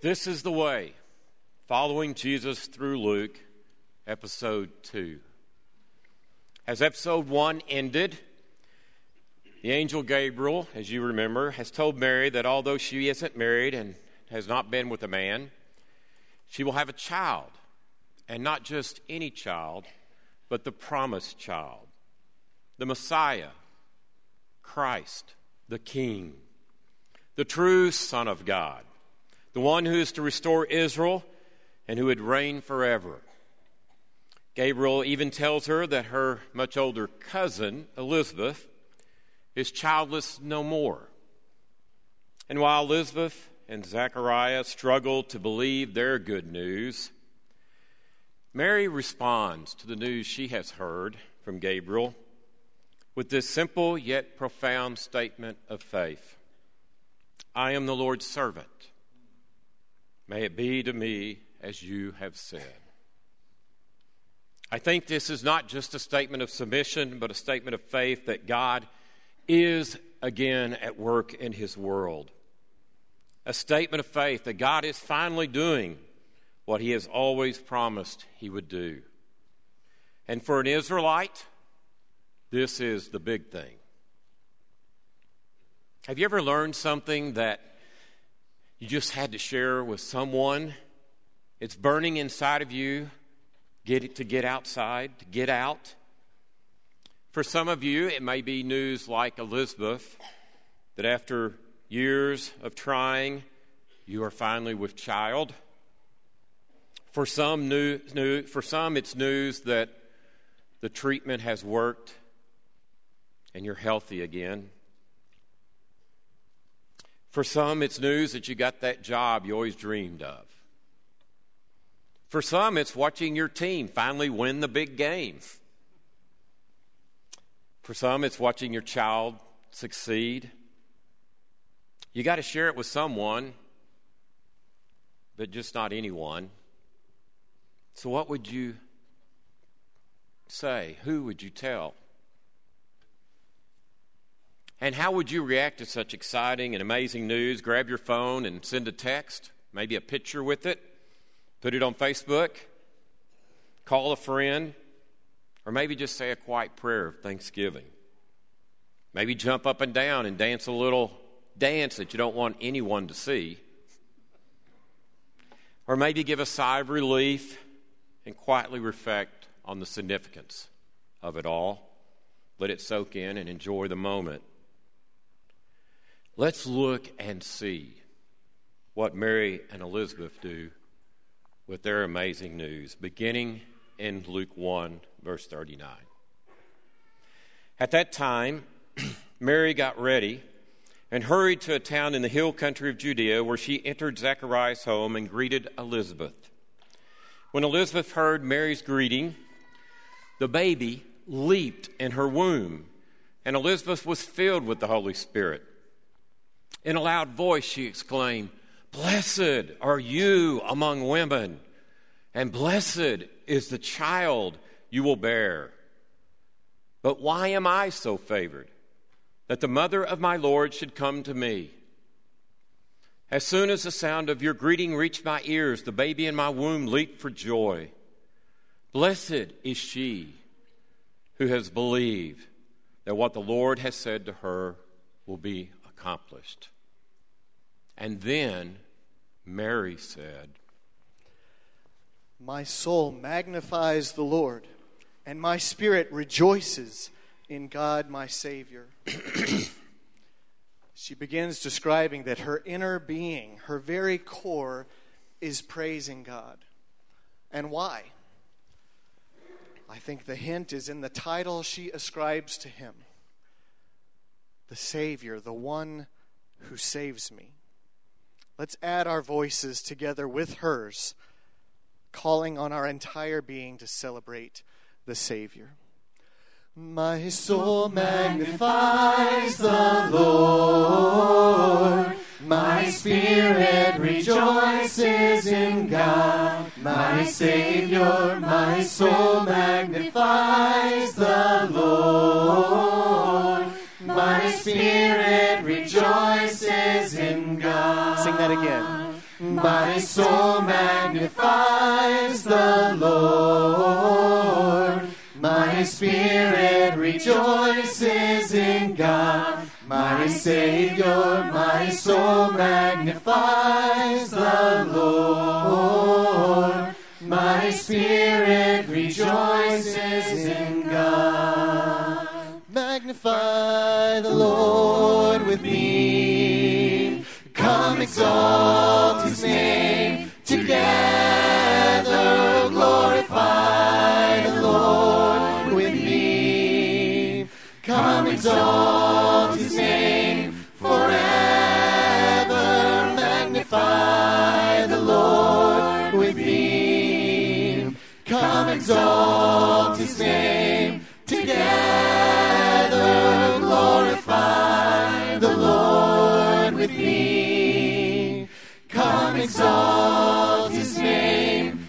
This is the way, following Jesus through Luke, episode 2. As episode 1 ended, the angel Gabriel, as you remember, has told Mary that although she isn't married and has not been with a man, she will have a child, and not just any child, but the promised child, the Messiah, Christ, the King, the true Son of God, the one who is to restore Israel and who would reign forever. Gabriel even tells her that her much older cousin, Elizabeth, is childless no more. And while Elizabeth and Zechariah struggle to believe their good news, Mary responds to the news she has heard from Gabriel with this simple yet profound statement of faith I am the Lord's servant. May it be to me as you have said. I think this is not just a statement of submission, but a statement of faith that God is again at work in his world. A statement of faith that God is finally doing what he has always promised he would do. And for an Israelite, this is the big thing. Have you ever learned something that you just had to share with someone? It's burning inside of you. Get it to get outside, to get out. For some of you, it may be news like Elizabeth that after years of trying, you are finally with child. For some, new, new, for some, it's news that the treatment has worked and you're healthy again. For some, it's news that you got that job you always dreamed of. For some, it's watching your team finally win the big game. For some, it's watching your child succeed. You got to share it with someone, but just not anyone. So, what would you say? Who would you tell? And how would you react to such exciting and amazing news? Grab your phone and send a text, maybe a picture with it, put it on Facebook, call a friend, or maybe just say a quiet prayer of thanksgiving. Maybe jump up and down and dance a little dance that you don't want anyone to see. Or maybe give a sigh of relief and quietly reflect on the significance of it all. Let it soak in and enjoy the moment. Let's look and see what Mary and Elizabeth do with their amazing news, beginning in Luke 1, verse 39. At that time, Mary got ready and hurried to a town in the hill country of Judea where she entered Zechariah's home and greeted Elizabeth. When Elizabeth heard Mary's greeting, the baby leaped in her womb, and Elizabeth was filled with the Holy Spirit. In a loud voice, she exclaimed, Blessed are you among women, and blessed is the child you will bear. But why am I so favored that the mother of my Lord should come to me? As soon as the sound of your greeting reached my ears, the baby in my womb leaped for joy. Blessed is she who has believed that what the Lord has said to her will be accomplished. And then Mary said, My soul magnifies the Lord, and my spirit rejoices in God my Savior. she begins describing that her inner being, her very core, is praising God. And why? I think the hint is in the title she ascribes to him the Savior, the one who saves me. Let's add our voices together with hers, calling on our entire being to celebrate the Savior. My soul magnifies the Lord. My spirit rejoices in God, my Savior. My soul magnifies the Lord. My spirit rejoices in God. Sing that again. My soul magnifies the Lord. My spirit rejoices in God, my Savior. My soul magnifies the Lord. My spirit rejoices in God. Magnify the Lord with me. Come exalt his name together. Glorify the Lord with me. Come exalt his name forever. Magnify the Lord with me. Come exalt his name together. Glorify the Lord with me. Come exalt his name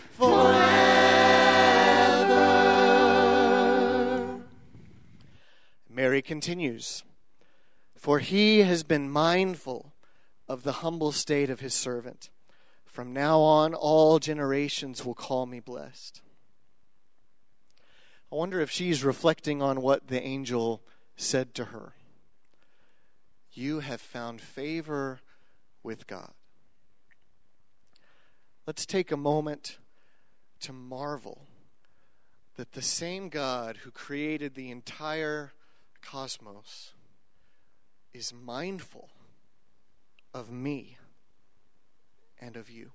forever. Mary continues, For he has been mindful of the humble state of his servant. From now on, all generations will call me blessed. I wonder if she's reflecting on what the angel said to her. You have found favor with God. Let's take a moment to marvel that the same God who created the entire cosmos is mindful of me and of you.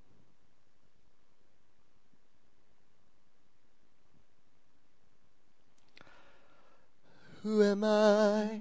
Who am I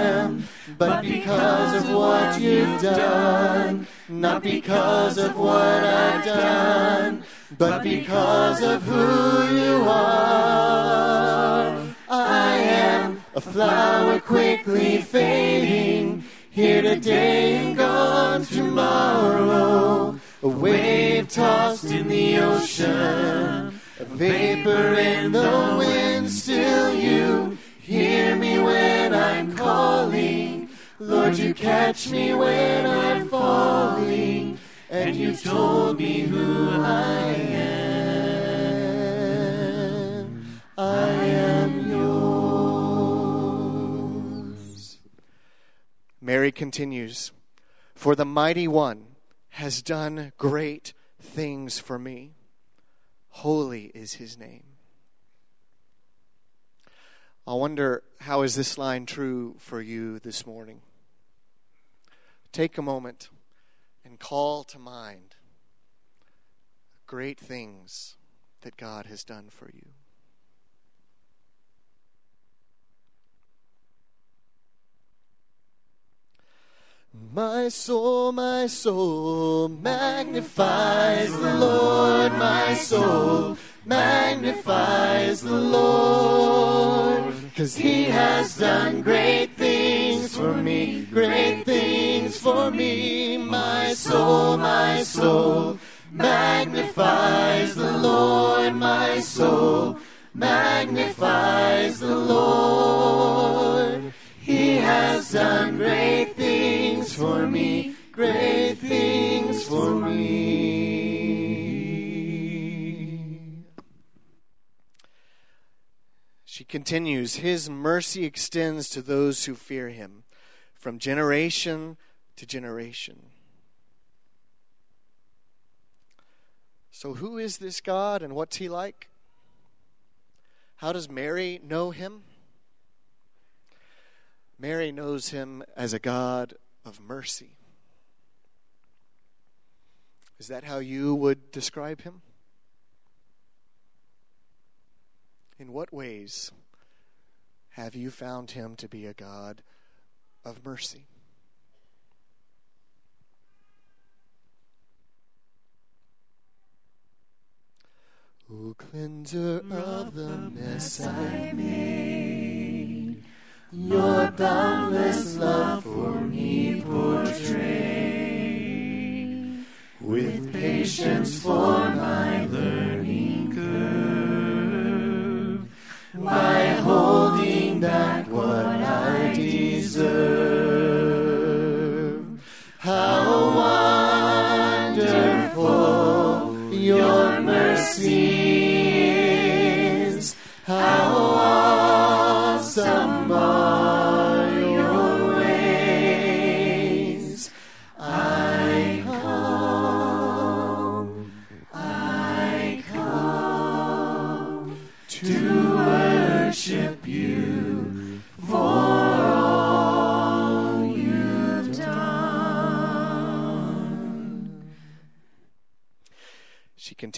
but because of what you've done. Not because of what I've done, but because of who you are. I am a flower quickly fading, here today and gone tomorrow. A wave tossed in the ocean, a vapor in the wind. Still, you hear me when I'm calling. Lord, you catch me when I'm falling, and you told me who I am. I am yours. Mary continues, For the mighty one has done great things for me. Holy is his name. I wonder how is this line true for you this morning? Take a moment and call to mind great things that God has done for you. My soul, my soul, magnifies the Lord. My soul magnifies the Lord. Cause he has done great things for me, great things for me. My soul, my soul, magnifies the Lord. My soul magnifies the Lord. He has done great things for me, great things for me. She continues, His mercy extends to those who fear him from generation to generation. So, who is this God and what's he like? How does Mary know him? Mary knows him as a God of mercy. Is that how you would describe him? In what ways have you found him to be a God of mercy? O cleanser of the mess I made, your boundless love for me portrayed. With patience for my learning curve, by holding back what I deserve. How wonderful your mercy is. How awesome are your ways. I come, I come to worship you for all you've done. She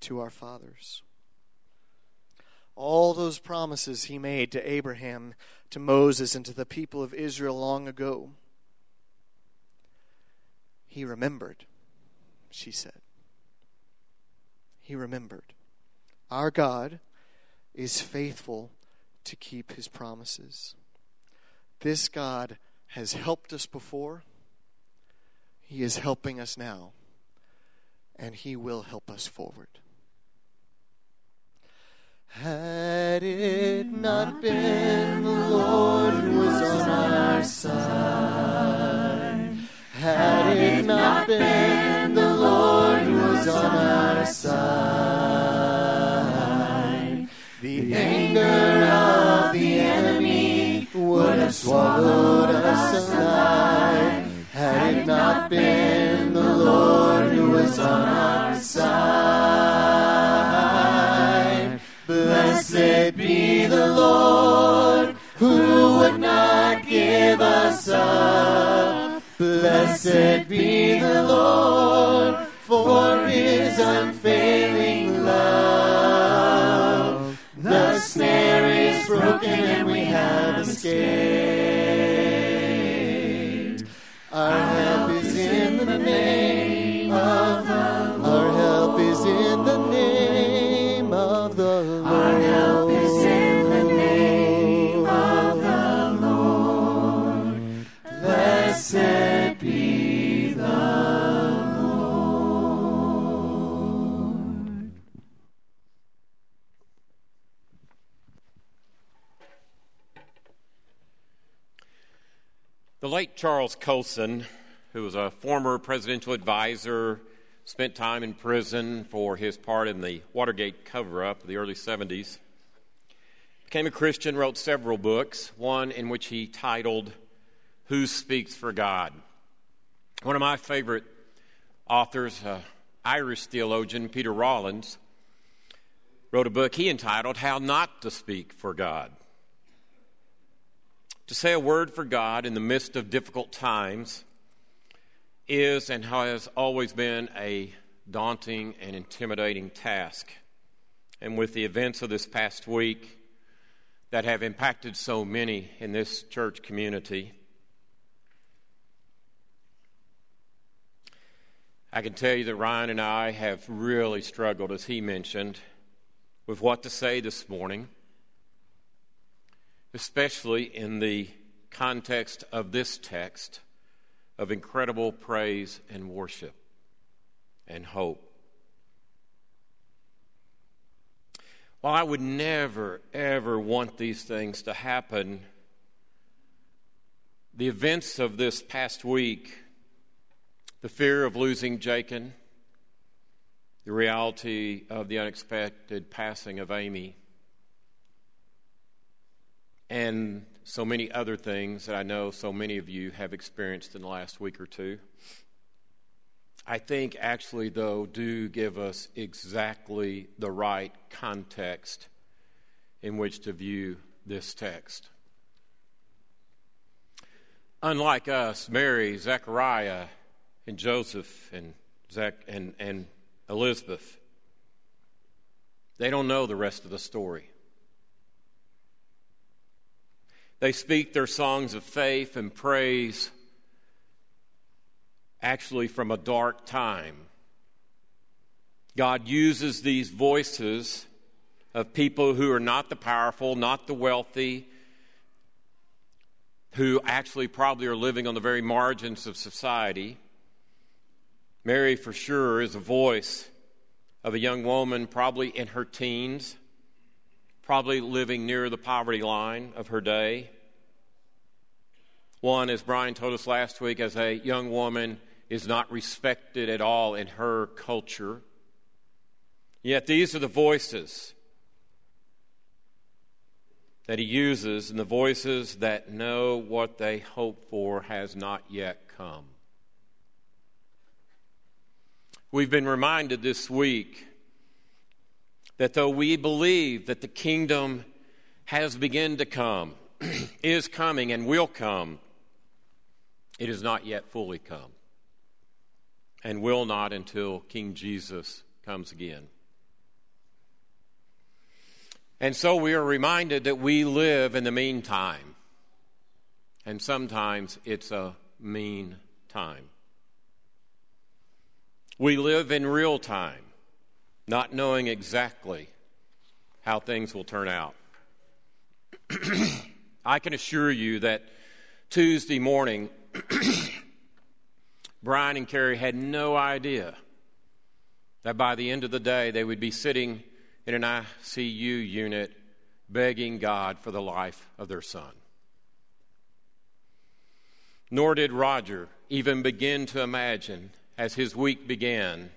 to our fathers. All those promises he made to Abraham, to Moses, and to the people of Israel long ago, he remembered, she said. He remembered. Our God is faithful to keep his promises. This God has helped us before, he is helping us now, and he will help us forward. Had it not been the Lord who was on our side, had it not been the Lord who was on our side, the anger of the enemy would have swallowed us alive. Had it not been the Lord who was on our side, blessed be the Lord who would not give us up. Blessed be the Lord for his unfailing love. The snare is broken and we have escaped. Our help is in the name of the Lord. Our help is in the name of the Lord. Our help is in the name of the Lord. Blessed be the Lord. The late Charles Colson, who was a former presidential advisor, spent time in prison for his part in the Watergate cover up of the early 70s. Became a Christian, wrote several books, one in which he titled Who Speaks for God? One of my favorite authors, uh, Irish theologian Peter Rollins, wrote a book he entitled How Not to Speak for God. To say a word for God in the midst of difficult times is and has always been a daunting and intimidating task. And with the events of this past week that have impacted so many in this church community, I can tell you that Ryan and I have really struggled, as he mentioned, with what to say this morning especially in the context of this text of incredible praise and worship and hope. While I would never, ever want these things to happen, the events of this past week, the fear of losing Jacob, the reality of the unexpected passing of Amy, and so many other things that I know so many of you have experienced in the last week or two. I think actually, though, do give us exactly the right context in which to view this text. Unlike us, Mary, Zechariah, and Joseph, and, Zach, and, and Elizabeth, they don't know the rest of the story. They speak their songs of faith and praise actually from a dark time. God uses these voices of people who are not the powerful, not the wealthy, who actually probably are living on the very margins of society. Mary, for sure, is a voice of a young woman, probably in her teens, probably living near the poverty line of her day. One, as Brian told us last week, as a young woman is not respected at all in her culture. Yet these are the voices that he uses, and the voices that know what they hope for has not yet come. We've been reminded this week that though we believe that the kingdom has begun to come, is coming, and will come, it is not yet fully come and will not until King Jesus comes again. And so we are reminded that we live in the meantime. And sometimes it's a mean time. We live in real time, not knowing exactly how things will turn out. I can assure you that Tuesday morning, Brian and Carrie had no idea that by the end of the day they would be sitting in an ICU unit begging God for the life of their son. Nor did Roger even begin to imagine as his week began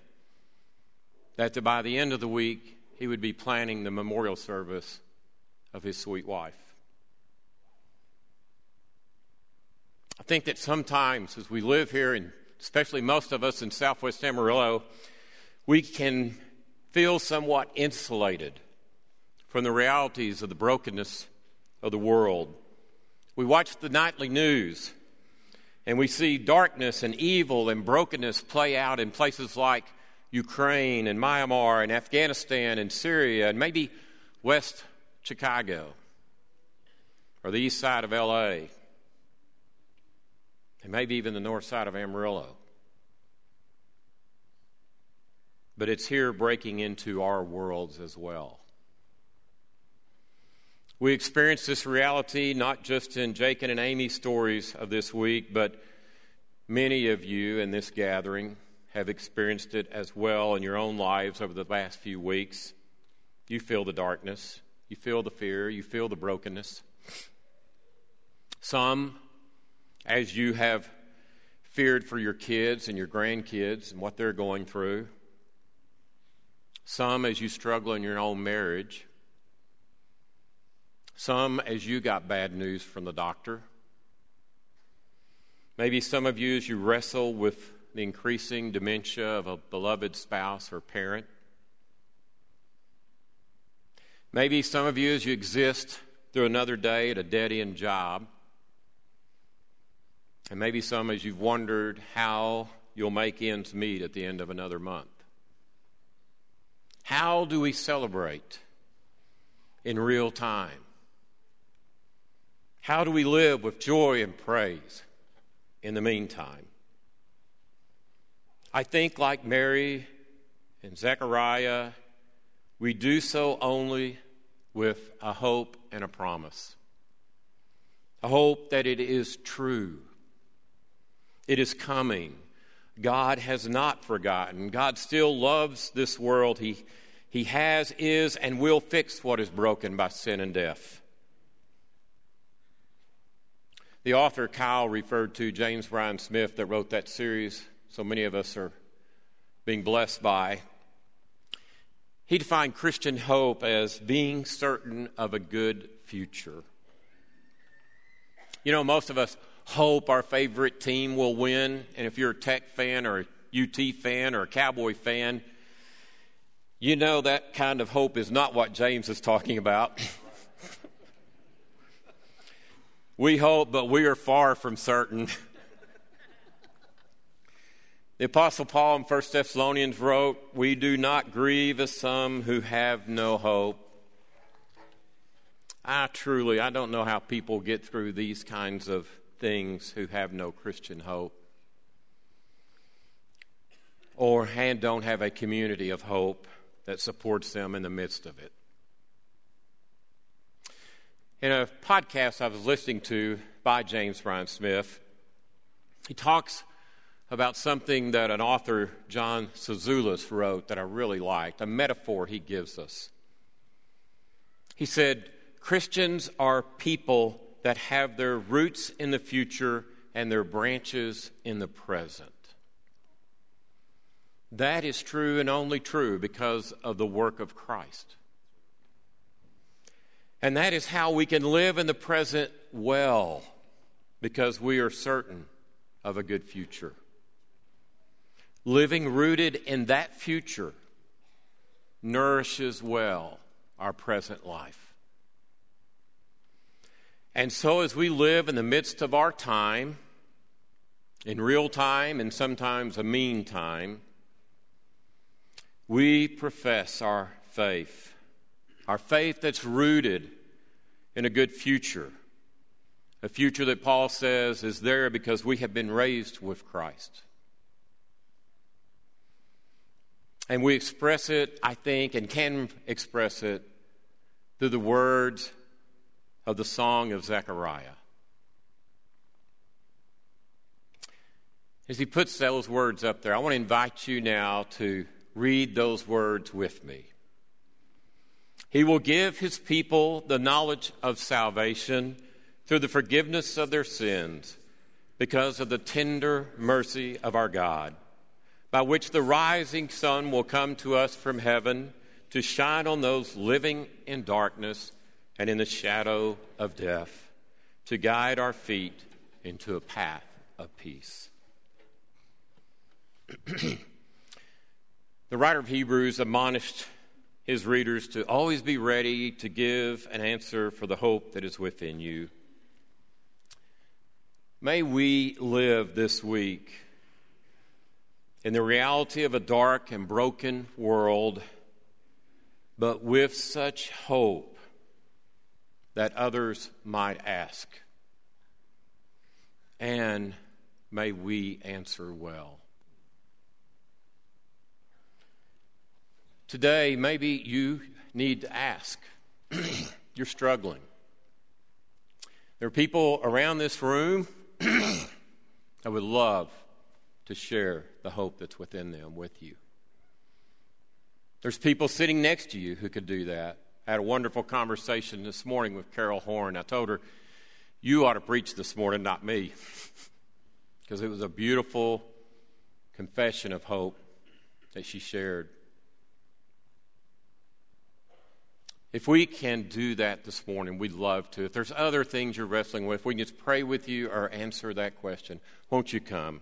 that by the end of the week he would be planning the memorial service of his sweet wife. I think that sometimes as we live here, and especially most of us in southwest Amarillo, we can feel somewhat insulated from the realities of the brokenness of the world. We watch the nightly news and we see darkness and evil and brokenness play out in places like Ukraine and Myanmar and Afghanistan and Syria and maybe West Chicago or the east side of LA and maybe even the north side of Amarillo. But it's here breaking into our worlds as well. We experience this reality not just in Jake and Amy's stories of this week, but many of you in this gathering have experienced it as well in your own lives over the last few weeks. You feel the darkness, you feel the fear, you feel the brokenness. Some as you have feared for your kids and your grandkids and what they're going through. Some as you struggle in your own marriage. Some as you got bad news from the doctor. Maybe some of you as you wrestle with the increasing dementia of a beloved spouse or parent. Maybe some of you as you exist through another day at a dead end job. And maybe some as you've wondered how you'll make ends meet at the end of another month. How do we celebrate in real time? How do we live with joy and praise in the meantime? I think, like Mary and Zechariah, we do so only with a hope and a promise. A hope that it is true. It is coming. God has not forgotten. God still loves this world. He, he has, is, and will fix what is broken by sin and death. The author Kyle referred to James Bryan Smith, that wrote that series, so many of us are being blessed by. He defined Christian hope as being certain of a good future. You know, most of us hope our favorite team will win. And if you're a tech fan or a UT fan or a Cowboy fan, you know that kind of hope is not what James is talking about. we hope, but we are far from certain. the Apostle Paul in 1 Thessalonians wrote, We do not grieve as some who have no hope. I truly, I don't know how people get through these kinds of things who have no Christian hope or and don't have a community of hope that supports them in the midst of it. In a podcast I was listening to by James Bryan Smith, he talks about something that an author, John Sazulis, wrote that I really liked, a metaphor he gives us. He said, Christians are people that have their roots in the future and their branches in the present. That is true and only true because of the work of Christ. And that is how we can live in the present well, because we are certain of a good future. Living rooted in that future nourishes well our present life. And so, as we live in the midst of our time, in real time and sometimes a mean time, we profess our faith, our faith that's rooted in a good future, a future that Paul says is there because we have been raised with Christ. And we express it, I think, and can express it through the words of the song of Zechariah. As he puts those words up there, I want to invite you now to read those words with me. He will give his people the knowledge of salvation through the forgiveness of their sins because of the tender mercy of our God, by which the rising sun will come to us from heaven to shine on those living in darkness and in the shadow of death, to guide our feet into a path of peace. The writer of Hebrews admonished his readers to always be ready to give an answer for the hope that is within you. May we live this week in the reality of a dark and broken world, but with such hope that others might ask. And may we answer well. Today, maybe you need to ask. You're struggling. There are people around this room that would love to share the hope that's within them with you. There's people sitting next to you who could do that. I had a wonderful conversation this morning with Carol Horn. I told her, You ought to preach this morning, not me. Because it was a beautiful confession of hope that she shared. If we can do that this morning, we'd love to. If there's other things you're wrestling with, we can just pray with you or answer that question. Won't you come